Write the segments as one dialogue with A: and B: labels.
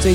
A: 最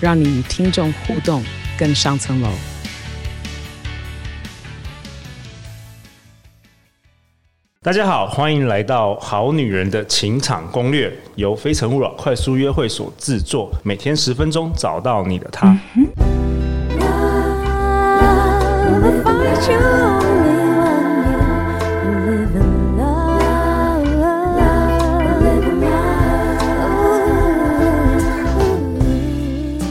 A: 让你与听众互动更上层楼。
B: 大家好，欢迎来到《好女人的情场攻略》，由非诚勿扰快速约会所制作，每天十分钟，找到你的他。
C: Love will find you, only one you. Live in love, live in love.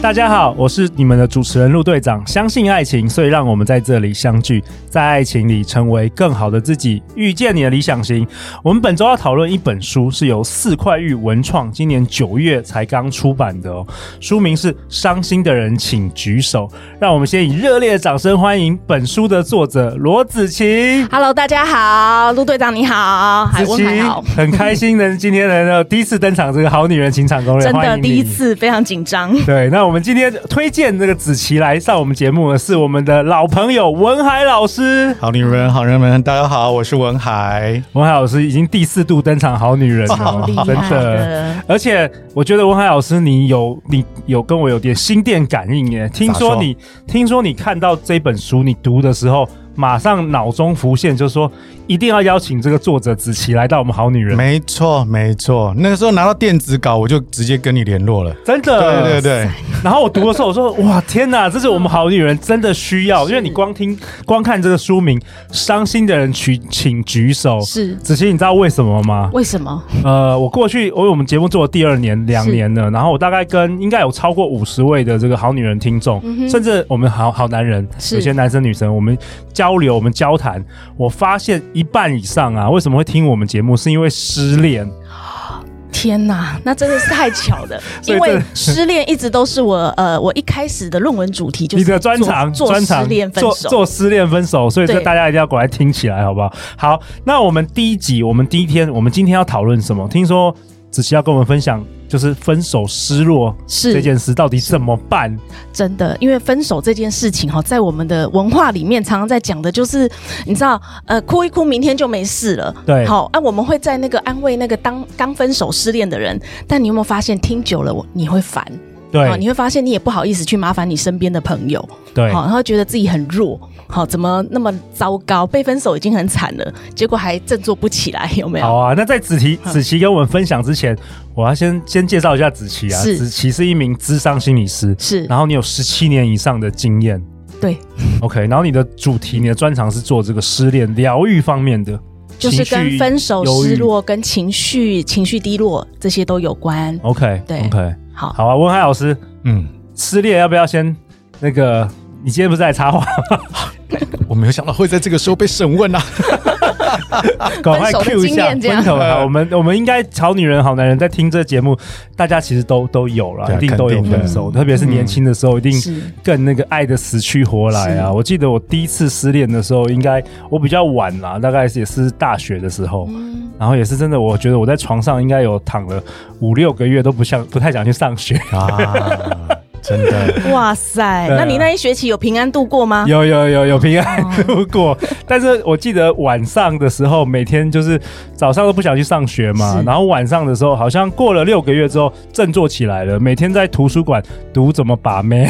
B: 大家好，我是你们的主持人陆队长。相信爱情，所以让我们在这里相聚，在爱情里成为更好的自己，遇见你的理想型。我们本周要讨论一本书，是由四块玉文创今年九月才刚出版的哦，书名是《伤心的人请举手》。让我们先以热烈的掌声欢迎本书的作者罗子晴。
D: Hello，大家好，陆队长你好，海
B: 子
D: 温
B: 晴
D: 还好，
B: 很开心能今天能够第一次登场这个好女人情场攻略，
D: 真
B: 欢
D: 的
B: 迎
D: 第一
B: 你
D: 次非常紧张。
B: 对，那我们今天推荐这个子琪来上我们节目的是我们的老朋友文海老师。
E: 好女人，好人们，大家好，我是文海。
B: 文海老师已经第四度登场《好女人》了，真的。，而且我觉得文海老师，你有你有跟我有点心电感应耶。听说你听说你看到这本书，你读的时候，马上脑中浮现，就是说一定要邀请这个作者子琪来到我们《好女人》。
E: 没错，没错，那个时候拿到电子稿，我就直接跟你联络了。
B: 真的，
E: 对对对，
B: 然后我读的时候，我说：“哇，天哪，这是我们好女人真的需要，因为你光听、光看这个书名，伤心的人举请举手。”
D: 是
B: 子琪，你知道为什么吗？
D: 为什么？
B: 呃，我过去我为我们节目做了第二年、两
D: 是
B: 年了，然后我大概跟应该有超过五十位的这个好女人听众，甚至我们好好男人，
D: 嗯是
B: 有些男生女生，我们交流、我们交谈，我发现一半以上啊，为什么会听我们节目，是因为失恋。
D: 天哪，那真的是太巧了，
B: 所以
D: 因
B: 这
D: 为失恋一直都是我呃，我一开始的论文主题就是
B: 你的专
D: 做
B: 长，
D: 做
B: 专长
D: 失恋分
B: 做
D: 手，
B: 做失恋分手，所以这
D: 对
B: 大家一定要过来听起来，好不好？好，那我们第一集，我们第一天，我们今天要讨论什么？听说子琪要跟我们分享，就是分手失落这
D: 是
B: 件事到底怎么办？
D: 真的，因为分手这件事情哈，在我们的文化里面常常在讲的就是，你知道，呃，哭一哭，明天就没事了。
B: 对
D: 好，啊，我们会在那个安慰那个当刚分手失恋的人，但你有没有发现，听久了我你会烦。
B: 对、
D: 哦，你会发现你也不好意思去麻烦你身边的朋友，
B: 对，
D: 好、然后觉得自己很弱，好、怎么那么糟糕？被分手已经很惨了，结果还振作不起来，有没
B: 好
D: 有？
B: 啊，那在子琪子琪跟我们分享之前，我要先先介绍一下子琪啊。
D: 是
B: 子琪是一名智商心理师，
D: 是，
B: 然后你有十七年以上的经验
D: 对，
B: ，OK，然后你的主题、你的专长是做这个失恋疗愈方面的，
D: 就是
B: 情绪
D: 跟分手、
B: 忧郁
D: 失落、跟情绪、情绪低落这些都有关。
B: OK，
D: 对
B: OK，
D: 好
B: 好啊，文海老师，
E: 嗯，
B: 失恋要不要先那个？你今天不是在插话，
E: 我没有想到会在这个时候被审问啊。
B: 赶快
D: 分手的
B: Q 一
D: 经
B: 下
D: 验这样
B: 分手的。
E: 呃
B: 好我们我们应该好女人、好男人在听这节目，大家其实都都有了，
E: 对啊
B: 一定都有
E: 肯定
B: 分
E: 的
B: 手，特别是年轻的时候，一定
D: 嗯是
B: 更那个爱的死去活来啊！
D: 是
B: 我记得我第一次失恋的时候，应该我比较晚啦，大概也是大学的时候，
D: 嗯
B: 然后也是真的，我觉得我在床上应该有躺了五六个月，都不像不太想去上学。
E: 啊，真的，
D: 哇塞，
B: 对啊
D: 那你那一学期有平安度过吗？
B: 有有有有平安度过，但是我记得晚上的时候，每天就是早上都不想去上学嘛，
D: 是
B: 然后晚上的时候，好像过了六个月之后振作起来了，每天在图书馆读怎么把妹，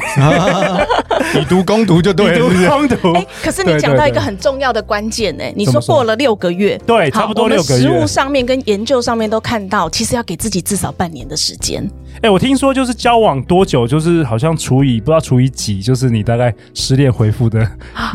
E: 以毒攻毒就对
B: 读
E: 了。
B: 通读
D: 哎、，可是
B: 对
D: 你讲到
B: 对
D: 一个
B: 对
D: 很重要的关键呢、你
B: 怎
D: 说
B: 么说
D: 过了六个月，
B: 对
D: 好
B: 差不多
D: 我们
B: 六个月
D: 实物上面跟研究上面都看到，其实要给自己至少半年的时间。
B: 哎，我听说就是交往多久，就是好像除以不知道除以几，就是你大概失恋回复的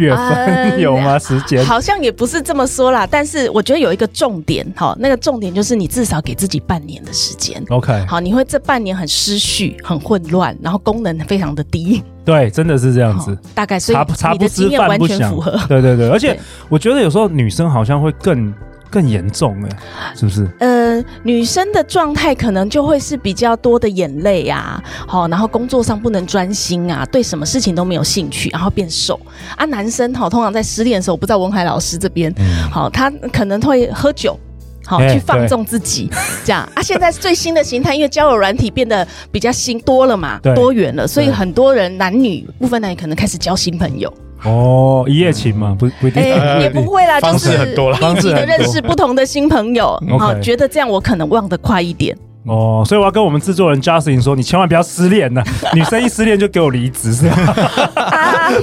B: 月份
D: 嗯
B: 有吗？时间？
D: 好像也不是这么说啦，但是我觉得有一个重点，哈，那个重点就是你至少给自己半年的时间。
B: OK，
D: 好，你会这半年很失序、很混乱，然后功能非常的低，
B: 对，真的是这样子
D: 哦。大概所以
B: 茶不茶
D: 你
B: 不
D: 的
B: 思
D: 经验
B: 饭
D: 完
B: 不
D: 全
B: 想
D: 符合。，
B: 对对对，而且
D: 对
B: 我觉得有时候女生好像会更更严重哎、是不是？
D: 呃，呃，女生的状态可能就会是比较多的眼泪啊，好、然后工作上不能专心啊，对什么事情都没有兴趣，然后变瘦啊。男生好、通常在失恋的时候，我不知道文海老师这边，好、他可能会喝酒。好，
B: 哎
D: 去放
B: 对
D: 纵自己，这样啊。现在最新的形态，因为交友软体变得比较新多了嘛
B: 对，
D: 多元了，所以
B: 对
D: 很多人男女部分男女可能开始交新朋友。
B: 哦，一夜情嘛，不不一定。
D: 哎、也不会啦，
E: 方
D: 就
E: 式
D: 是
E: 很多啦
D: 密集的认
B: 方式
D: 识不同的新朋友，
B: OK
D: 好，觉得这样我可能忘得快一点。
B: 哦，所以我要跟我们制作人 Justin 说，你千万不要失恋呐、女生一失恋就给我离职，是 吧？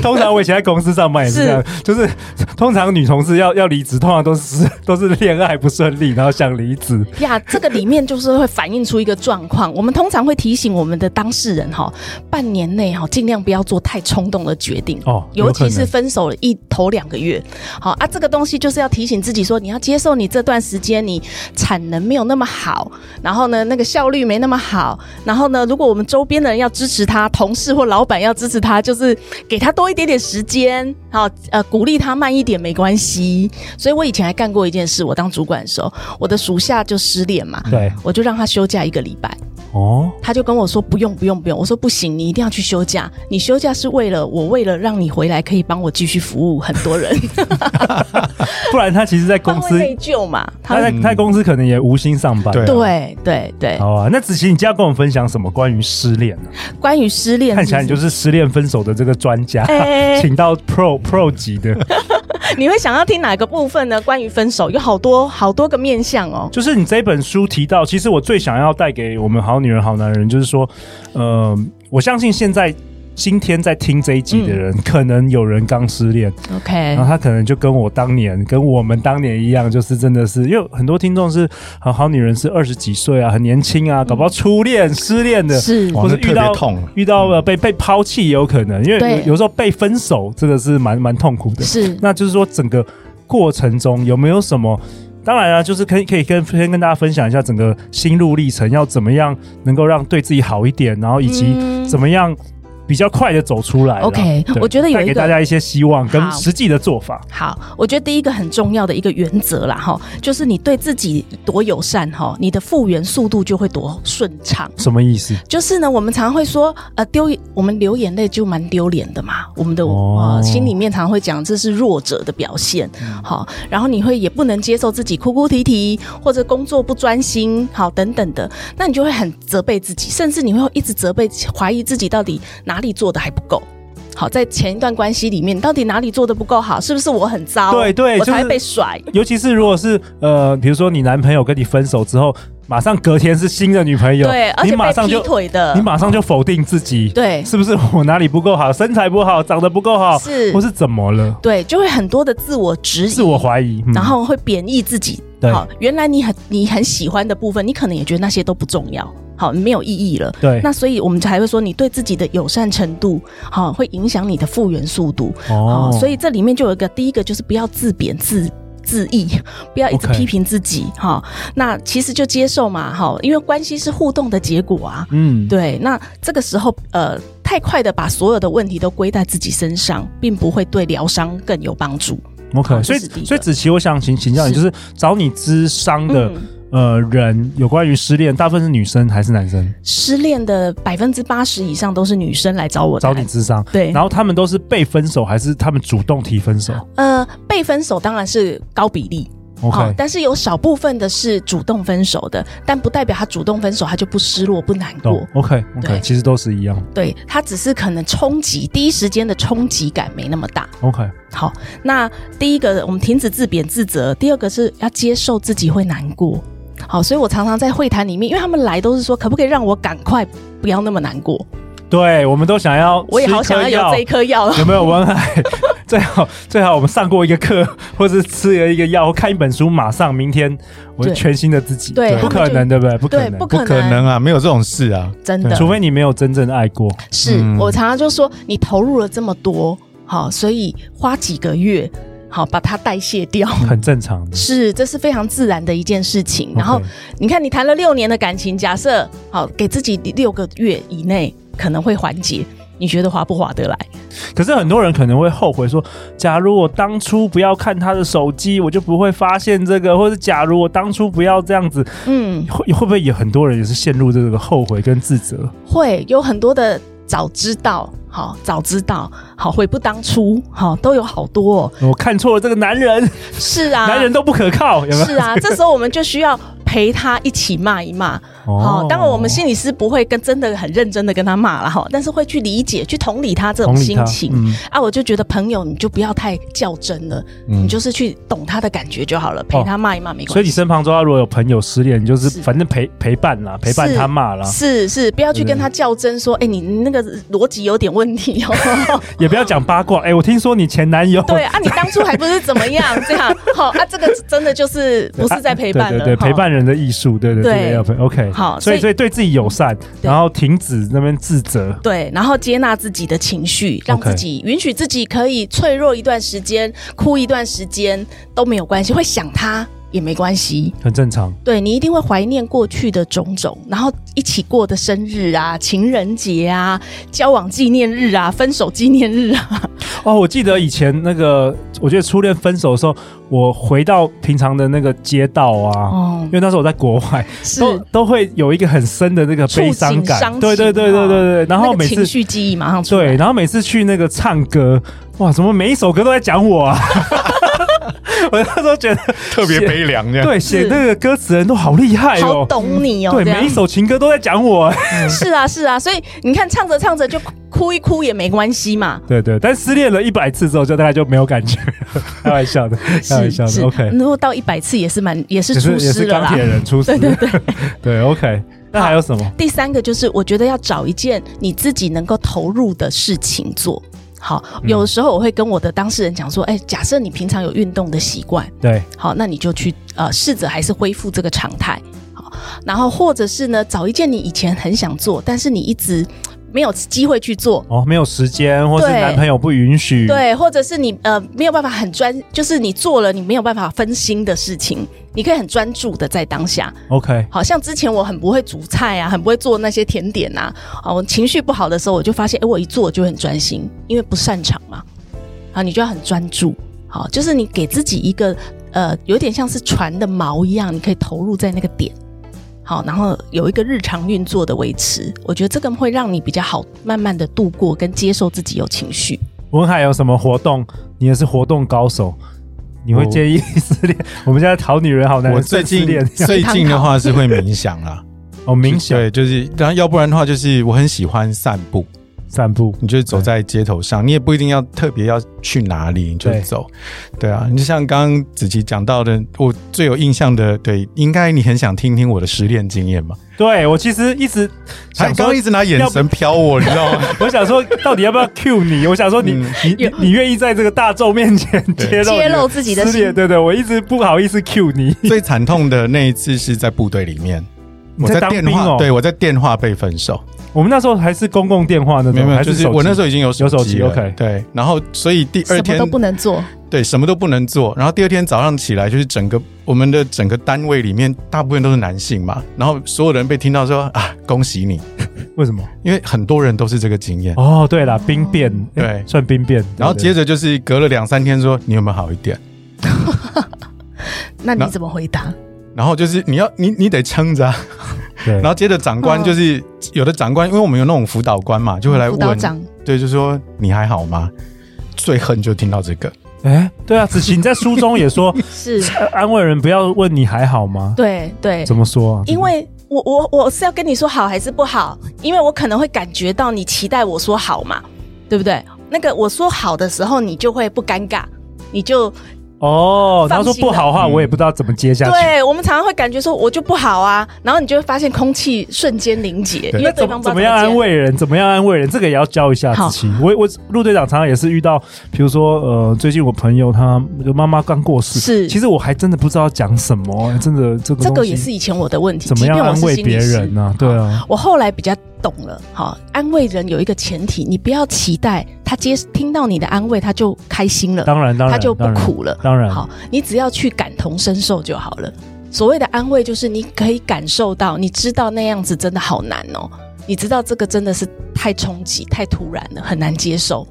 B: 通常我以前在公司上班也是这样，就是通常女同事要要离职，通常都是 都是恋爱不顺利，然后想离 职。
D: 呀，这个里面就是会反映出一个状况。我们通常会提醒我们的当事人哈，半年内哈尽量不要做太冲动的决定
B: 哦有
D: 尤
B: 可能
D: 其是分手了一头两个月，好啊，这个东西就是要提醒自己说，你要接受你这段时间你产能没有那么好，然后呢那个效率没那么好，然后呢如果我们周边的人要支持他，同事或老板要支持他，就是给他多一点点时间，好呃鼓励他慢一点没关系。所以我以前还干过一件事，我当主管的时候，我的属下就失恋嘛，
B: 对，
D: 我就让他休假一个礼拜，
B: 哦，
D: 他就跟我说不用不用不用，我说不行，你一定要去休假，你休假是为了我，为了让你回来可以帮我继续服务很多人，
B: 不然他其实在公
D: 他
B: 司
D: 会，内疚嘛，
B: 他
D: 他
B: 在
D: 会
B: 他在公司可能也无心上班。
E: 对
D: 对对对，
B: 好啊，那子琪，你今天要跟我们分享什么关于失恋呢、
D: 关于失恋，
B: 看起来你就是失恋分手的这个专家，
D: 哎
B: 请到 Pro Pro 级的，
D: 你会想要听哪个部分呢？关于分手有好多好多个面向哦。
B: 就是你这本书提到，其实我最想要带给我们好女人、好男人，就是说，呃，我相信现在今天在听这一集的
D: 嗯
B: 人，可能有人刚失恋，
D: OK，
B: 然后他可能就跟我当年、跟我们当年一样，就是真的是，因为很多听众是啊好好女人是二十几岁啊，很年轻啊，搞不好初恋、失恋的，
D: 嗯是
E: 哇
B: 或者
E: 那特
B: 遇到
E: 别痛
B: 遇到了被被抛弃也有可能，因为
D: 对
B: 有有时候被分手这个是蛮蛮痛苦的。
D: 是
B: 那就是说整个过程中有没有什么？当然啊，就是可以可以跟先跟大家分享一下整个心路历程，要怎么样能够让对自己好一点，然后以及
D: 嗯
B: 怎么样比较快的走出来啦。
D: OK，
B: 对
D: 我觉得有
B: 带
D: 一
B: 给
D: 个
B: 大家一些希望跟
D: 好
B: 实际的做法。
D: 好，我觉得第一个很重要的一个原则啦，哈，就是你对自己多友善哈，你的复原速度就会多顺畅。
B: 什么意思？
D: 就是呢，我们常会说，呃，丢我们流眼泪就蛮丢脸的嘛。我们的、
B: 哦嗯
D: 呃心里面常会讲这是弱者的表现，好、然后你会也不能接受自己哭哭啼啼，或者工作不专心，好等等的，那你就会很责备自己，甚至你会一直责备、怀疑自己到底哪里做的还不够。好，在前一段关系里面，你到底哪里做的不够好？是不是我很糟？
B: 对对
D: 我才
B: 就是
D: 会被甩。
B: 尤其是如果是呃，比如说你男朋友跟你分手之后，马上隔天是新的女朋友，
D: 对，而
B: 你
D: 且
B: 马
D: 被
B: 上
D: 劈
B: 就
D: 腿的，
B: 你马上就否定自己，
D: 对
B: 是不是我哪里不够好，身材不好，长得不够好，
D: 是
B: 或是怎么了？
D: 对，就会很多的自我质疑、
B: 自我怀疑，嗯
D: 然后会贬义自己。
B: 对
D: 好，原来你很你很喜欢的部分，你可能也觉得那些都不重要，好，没有意义了。
B: 对
D: 那所以我们才会说，你对自己的友善程度，好，会影响你的复原速度。
B: 哦
D: 哦，所以这里面就有一个第一个就是不要自贬自。自意，不要一直
B: OK
D: 批评自己哈。那其实就接受嘛哈，因为关系是互动的结果啊。
B: 嗯，
D: 对，那这个时候呃，太快的把所有的问题都归在自己身上，并不会对疗伤更有帮助。
B: ，OK，
D: 好
B: 所以
D: 这是第一个
B: 所以子琪，我想请请教你，
D: 是
B: 就是找你咨商的、
D: 嗯
B: 呃人，有关于失恋，大部分是女生还是男生
D: 失恋的百分之八十以上都是女生来找我
B: 找
D: 谈
B: 你咨商？
D: 对
B: 然后他们都是被分手，还是他们主动提分手
D: 呃，被分手当然是高比例。
B: ？OK，
D: 哦但是有少部分的是主动分手的，但不代表他主动分手，他就不失落、不难过
B: 懂。，OK OK，
D: 对
B: 其实都是一样
D: 对他只是可能冲击第一时间的冲击感没那么大。
B: ，OK，
D: 好，那第一个我们停止自贬自责，第二个是要接受自己会难过。好，所以我常常在会谈里面，因为他们来都是说，可不可以让我赶快不要那么难过？
B: 对，我们都想要，
D: 我也好想要有这一颗药了。
B: 有没有文海？ 最好最好我们上过一个课，或是吃了一个药，或看一本书，马上明天我是
D: 对
B: 全新的自己，
D: 对
B: 不可能，对不对？不可
D: 对，
B: 能
D: 不，
E: 不可能啊，没有这种事啊。
D: 真的。
B: 除非你没有真正爱过。
D: 是、
E: 嗯
D: 我常常就说，你投入了这么多，好、所以花几个月，好、把它代谢掉。
B: 很正常的。
D: 是，这是非常自然的一件事情。然后
B: OK
D: 你看，你谈了六年的感情，假设好给自己六个月以内可能会缓解，你觉得划不划得来？
B: 可是很多人可能会后悔说，假如我当初不要看他的手机，我就不会发现这个，或者假如我当初不要这样子，
D: 嗯，
B: 会会不会有很多人也是陷入这个后悔跟自责？
D: 会有很多的早知道，好早知道，好悔不当初，好都有好多、哦。
B: 嗯我看错了这个男人，
D: 是啊，
B: 男人都不可靠，有没有？
D: 是啊，这时候我们就需要陪他一起骂一骂。
B: 哦
D: 好、当然我们心理师不会跟真的很认真的跟他骂了哈，但是会去理解、去同理他这种
B: 同理
D: 心
B: 他
D: 情。
B: 嗯
D: 啊，我就觉得朋友你就不要太较真了，你就是去懂他的感觉就好了，陪他骂一骂
B: 嗯
D: 没
B: 哦所
D: 关
B: 以你
D: 系。
B: 身旁周遭如果有朋友失恋，你就是
D: 是
B: 反正陪陪伴啦，陪伴他骂啦，
D: 是是，不要去
B: 对
D: 跟他较真，说，哎、你你那个逻辑有点问题 哦。
B: 也不要讲八卦。哎、我听说你前男友
D: 对啊，你当初还不是怎么样这样？好啊，这个真的就是不是在陪伴了，
B: 啊对对
D: 哈
B: 对，陪。伴人的艺术，对对
D: 对
B: 对，要陪 OK。
D: 好
B: 所以
D: 所
B: 所以对自己友善，
D: 对
B: 然后停止那边自责。
D: 对，然后接纳自己的情绪，让
B: OK
D: 自己允许自己可以脆弱一段时间，哭一段时间都没有关系，会想他也没关系。
B: 很正常，
D: 对你一定会怀念过去的种种，然后一起过的生日啊、情人节啊、交往纪念日啊、分手纪念日啊，
B: 哦，我记得以前那个，我觉得初恋分手的时候，我回到平常的那个街道啊，
D: 哦
B: 因为那时候我在国外，
D: 是
B: 都都会有一个很深的那个悲伤
D: 触景
B: 感，
D: 伤
B: 对对
D: 情
B: 对对对
D: 啊
B: 对。然后
D: 那个
B: 每次
D: 情绪记忆马上出来
B: 对，然后每次去那个唱歌，哇，怎么每一首歌都在讲我啊？ 我那时候觉得，
E: 特别悲凉这样。
B: 对，写那个歌词的人都好厉害
D: 好
B: 哦。
D: 懂你哦，
B: 对，
D: 这样
B: 每一首情歌都在讲我，
D: 是啊是啊，所以你看唱着唱着就哭一哭也没关系嘛。
B: 对对，但失恋了一百次之后，就大概就没有感觉了， 开玩笑的，开玩笑的，OK，
D: 如果到一百次也是蛮也是
B: 也是
D: 出
B: 也
D: 师
B: 是
D: 了
B: 钢
D: 啦
B: 铁。人出师，
D: 对
B: 对，OK，那还有什么？
D: 第三个就是，我觉得要找一件你自己能够投入的事情做。好，有时候我会跟我的当事人讲说，哎、假设你平常有运动的习惯，
B: 对，
D: 好，那你就去呃试着还是恢复这个常态。好，然后或者是呢，找一件你以前很想做，但是你一直没有机会去做。
B: 哦，没有时间，或是
D: 对
B: 男朋友不允许，，
D: 对，或者是你呃没有办法很专，就是你做了你没有办法分心的事情，你可以很专注的在当下。
B: ，OK，
D: 好像之前我很不会煮菜啊，很不会做那些甜点啊。啊，我情绪不好的时候，我就发现，哎、我一做我就很专心，因为不擅长嘛。啊，你就要很专注。好，就是你给自己一个呃，有点像是船的锚一样，你可以投入在那个点。好，然后有一个日常运作的维持，我觉得这个会让你比较好，慢慢的度过跟接受自己有情绪。
B: 文海有什么活动？你也是活动高手，你会
E: 我
B: 建议失恋？ 我们现在讨女人好难，
E: 我最
B: 失
E: 近
B: 恋
E: 最近的话是会冥想啦，
B: 哦，冥想、
E: 对，就是然后要不然的话就是我很喜欢散步，
B: 散步，
E: 你就走在街头上，你也不一定要特别要去哪里，你就
B: 对
E: 走。对啊，你就像刚刚子琪讲到的，我最有印象的，对，应该你很想听听我的失恋经验吧？
B: 对我其实一直
E: 他
B: 想说
E: 刚刚一，直拿眼神瞟我，你知道吗？
B: 我想说到底要不要 cue 你？我想说你、
E: 嗯
B: 你你你愿意在这个大众面前
E: 对
B: 揭露
D: 揭
B: 你
D: 露自己的
B: 失恋？
D: 心
B: 对对，我一直不 好意思 cue 你。
E: 最惨痛的那一次是在部队里面，
B: 你
E: 我
B: 在
E: 在
B: 当
E: 电
B: 兵
E: 话，
B: 哦
E: 对我在电话被分手。
B: 我们那时候还是公共电话那
E: 没
B: 种，
E: 有没有，
B: 还
E: 就是是
B: 手机
E: 我那时候已经有手
B: 有手机
E: 了
B: OK
E: 对，然后所以第二
D: 什么
E: 天
D: 都不能做，
E: 对什么都不能做，然后第二天早上起来就是整个我们的整个单位里面大部分都是男性嘛，然后所有人被听到说啊恭喜你，
B: 为什么？
E: 因为很多人都是这个经验，
B: 哦，对了，兵变，
E: 对
B: 诶算兵变。
E: 然后接
B: 着
E: 着就是隔了两三天说你有没有好一点，
D: 那你
E: 那
D: 怎么回答？
E: 然后就是你要你你得撑着啊、
B: 对
E: 然后接着长官就是、有的长官，因为我们有那种辅导官嘛，就会来
D: 哦辅导
E: 问，
D: 长
E: 对，就说你还好吗？最恨就听到这个，
B: 哎，对啊，子琪，你在书中也说，
D: 是，
B: 呃安慰人不要问你还好吗？
D: 对对，
B: 怎么说啊？
D: 因为我我我是要跟你说好还是不好，因为我可能会感觉到你期待我说好嘛，对不对？那个我说好的时候，你就会不尴尬，你就
B: 哦，然
D: 放
B: 后
D: 心啊
B: 说不好的话，
E: 嗯
B: 我也不知道怎么接下去。
D: 对我们常常会感觉说我就不好啊，然后你就会发现空气瞬间凝结，因
E: 对
D: 为
B: 那
D: 对
B: 怎
D: 方
B: 么
D: 不知道
B: 怎么样安
D: 接
B: 慰人？怎么样安慰人？这个也要教一下
D: 好
B: 子琪。我我陆队长常常也是遇到，比如说呃，最近我朋友他就妈妈刚过世，
D: 是
B: 其实我还真的不知道讲什么，真的这个
D: 这个
B: 东西
D: 也是以前我的问题，
B: 怎么
D: 即
B: 样
D: 便我
B: 安
D: 是
B: 慰
D: 心
B: 别
D: 理师
B: 人呢？对啊，
D: 我后来比较懂了，好，安慰人有一个前提，你不要期待他接听到你的安慰他就开心了，
B: 当然当然，
D: 他就不
B: 当然
D: 苦了。
B: 当然
D: 好，你只要去感同身受就好了。所谓的安慰，就是你可以感受到，你知道那样子真的好难哦，你知道这个真的是太冲击、太突然了，很难接受。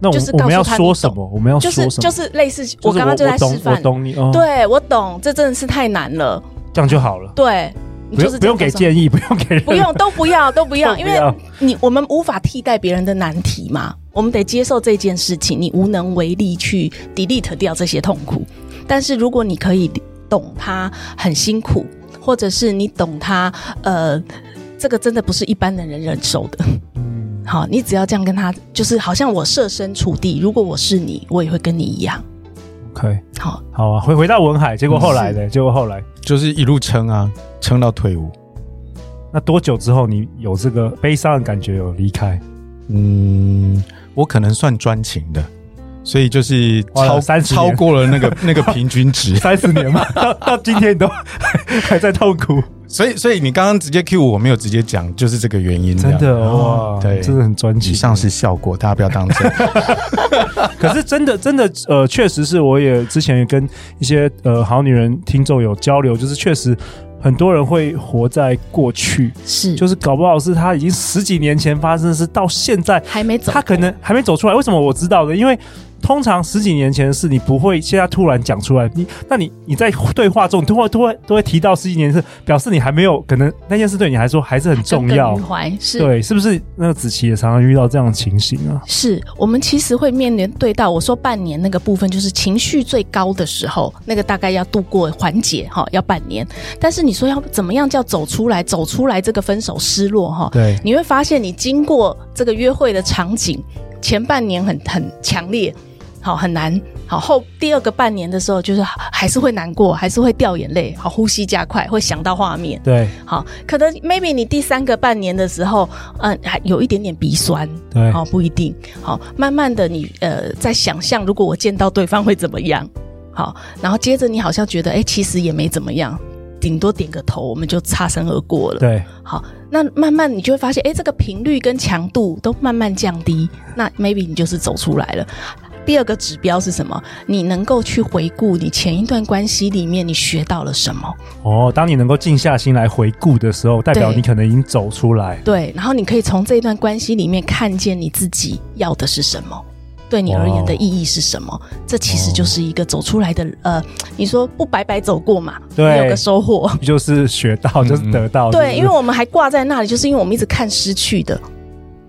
B: 那我
D: 就
B: 们
D: 是
B: 我
D: 告
B: 们
D: 诉
B: 要
D: 他
B: 说
D: 你
B: 什
D: 懂
B: 么？我们要
D: 就
B: 说什
D: 是
B: 么？
D: 就是类似
B: 就是
D: 我刚刚就在
B: 我懂
D: 示范
B: 我，懂你哦，，
D: 对我懂，这真的是太难了，
B: 这样就好了，
D: 对，你
B: 不
D: 就是
B: 用不用给
D: 议，
B: 建议，不用给任
D: 不用都不要都不要，
B: 都不
D: 因为
B: 要
D: 你我们无法替代别人的难题嘛，我们得接受这件事情，你无能为力去 delete 掉这些痛苦。但是如果你可以懂他很辛苦，或者是你懂他，呃，这个真的不是一般的人忍受的。
B: 嗯
D: 好，你只要这样跟他，就是好像我设身处地，如果我是你，我也会跟你一样。
B: OK，
D: 好，
B: 好啊，回回到文海，结果后来的，结果后来
E: 就是一路撑啊，撑到退伍。
B: 那多久之后你有这个悲伤的感觉有离 开？
E: 嗯，我可能算专情的，所以就是
B: 花了
E: 超
B: 30
E: 超
B: 年
E: 过了 那个那个平均值。
B: 三十年嘛， 到到今天你都 还在痛苦，
E: 所以所以你刚刚直接 Q 我，我没有直接讲，就是这个原因。
B: 真
E: 这
B: 的
E: 样
D: 嗯
B: 哇，
E: 对
B: 真的很专情。
E: 以上是效果，大家不要当真。
B: 可是真的，真的，呃，确实是，我也之前也跟一些呃好女人听众有交流，就是确实很多人会活在过去，
D: 是，
B: 就是搞不好是他已经十几年前发生的事，到现在
D: 还没走，
B: 他可能还没走出来。为什么我知道的？因为通常十几年前的事，你不会现在突然讲出来。你，那你你在对话中，你都会都会都会提到十几年的事，表示你还没有可能那件事对你来说还是很重要
D: 耿耿于。怀是。
B: 对，是不是？那个子琪也常常遇到这样的情形啊。
D: 是我们其实会面临对到我说半年那个部分，就是情绪最高的时候，那个大概要度过缓解哈，要半年。但是你说要怎么样叫走出来，走出来这个分手失落哈，
B: 对
D: 你会发现你经过这个约会的场景，前半年很很强烈，好很难，好后第二个半年的时候，就是还是会难过，还是会掉眼泪，好呼吸加快，会想到画面，
B: 对
D: 好，可能 maybe 你第三个半年的时候，嗯，还有一点点鼻酸，
B: 对
D: 好、不一定，好、慢慢的你呃在想象，如果我见到对方会怎么样，好、然后接着你好像觉得，哎，其实也没怎么样，顶多点个头，我们就擦身而过了，
B: 对，
D: 好，那慢慢你就会发现，哎，这个频率跟强度都慢慢降低，那 maybe 你就是走出来了。第二个指标是什么？你能够去回顾你前一段关系里面你学到了什么。
B: 哦，当你能够静下心来回顾的时候，代表
D: 对
B: 你可能已经走出来。
D: 对，然后你可以从这一段关系里面看见你自己要的是什么，对你而言的意义是什么。这其实就是一个走出来的，呃，你说不白白走过嘛，
B: 对
D: 也有个收获。
B: 不就是学到，就是得到。是不
D: 对，
B: 是
D: 因为我们还挂在那里，就是因为我们一直看失去的。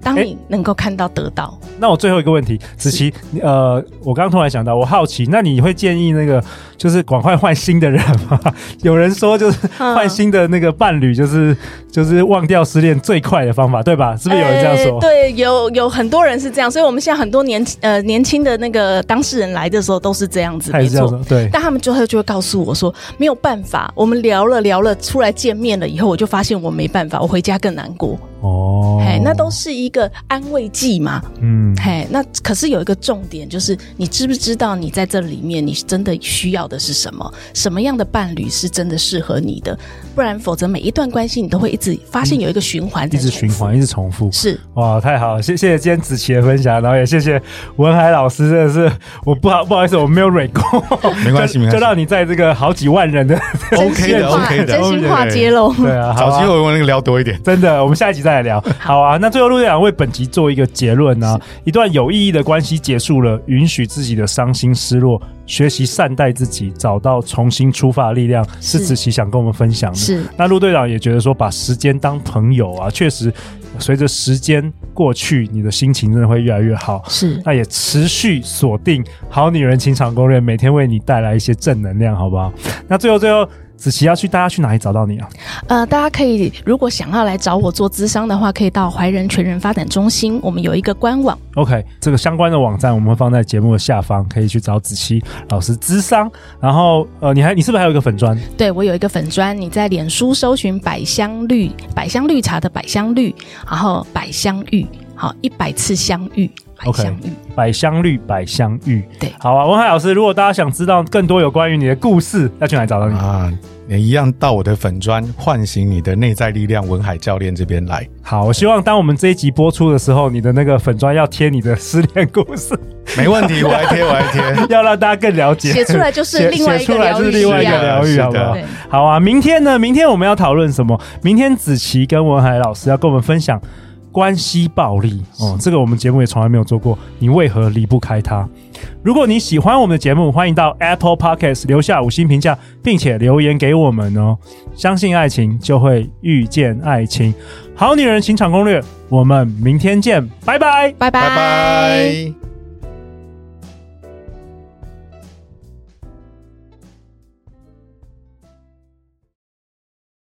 D: 当你能够看到得到，
B: 那我最后一个问题，子琪，你呃，我刚刚突然想到，我好奇，那你会建议那个就是赶快换新的人吗？ 有人说就是
D: 嗯
B: 换新的那个伴侣，就是、就是忘掉失恋最快的方法，对吧？哎是不是有人这样说？
D: 呃对，有有很多人是这样，所以我们现在很多年呃年轻的那个当事人来的时候都是这样子，
B: 他也
D: 没
B: 是这样
D: 错
B: 说，。对，
D: 但他们最后就会告诉我说，没有办法，我们聊了聊了，出来见面了以后，我就发现我没办法，我回家更难过。
B: 哦，
D: 哎、那都是一个安慰剂嘛。
B: 嗯，
D: 哎，那可是有一个重点，就是你知不知道你在这里面，你真的需要的是什么？什么样的伴侣是真的适合你的？不然，否则每一段关系你都会一直发现有一个循环、
B: 一直循。环，一直重复。
D: 是，
B: 哇，太好了！谢谢今天子琪的分享，然后也谢谢文海老师，真的是我不好不好意思，我没有蕊过，
E: 没关系
B: 就
E: 没关系
B: 就让你在这个好几万人的
E: OK 的
D: 话
E: OK
D: 真
E: 的，
D: 心话揭露。
B: 对啊，好啊
E: 找机会我那个聊多一点。
B: 真的，我们下一集再来聊。好啊，那最后陆队长为本集做一个结论啊，一段有意义的关系结束了，允许自己的伤心失落，学习善待自己，找到重新出发的力量，是
D: 是
B: 子琪想跟我们分享的。
D: 是
B: 那陆队长也觉得说，把时间当朋友啊，确实随着时间过去，你的心情真的会越来越好。
D: 是，
B: 那也持续锁定《好女人情场攻略》，每天为你带来一些正能量，好不好？那最后最后，子琪要去大家去哪里找到你啊？
D: 呃，大家可以如果想要来找我做咨商的话，可以到怀仁全人发展中心，我们有一个官网。
B: OK，这个相关的网站我们会放在节目的下方，可以去找子琪老师咨商。然后，呃，你还你是不是还有一个粉砖？
D: 对我有一个粉砖，你在脸书搜寻“百香绿”，百香绿茶的百香绿，然后百香玉，好一百次相遇，百
B: OK
D: 香玉
B: 百香绿，百香玉。
D: 对
B: 好啊，文海老师，如果大家想知道更多有关于你的故事，要去哪里找到你？
E: 啊，也一样到我的粉砖唤醒你的内在力量，文海教练这边来。
B: 好，我希望当我们这一集播出的时候，你的那个粉砖要贴你的失恋故事，
E: 没问题，我来贴，我来贴。
B: 要让大家更了解。
D: 写出来就是
B: 写
D: 另外一
B: 写
D: 个
B: 出来
D: 疗
B: 就是
D: 愈
B: 另外一个
D: 样。
B: 疗愈，
E: 是的
B: 好不好
D: 是的？
B: 好啊，明天呢？明天我们要讨论什么？明天子琪跟文海老师要跟我们分享。关系暴力哦，这个我们节目也从来没有做过，你为何离不开它？如果你喜欢我们的节目，欢迎到 Apple Podcast 留下五星评价，并且留言给我们哦。相信爱情，就会遇见爱情。好女人情场攻略，我们明天见，拜拜。
D: 拜
E: 拜拜。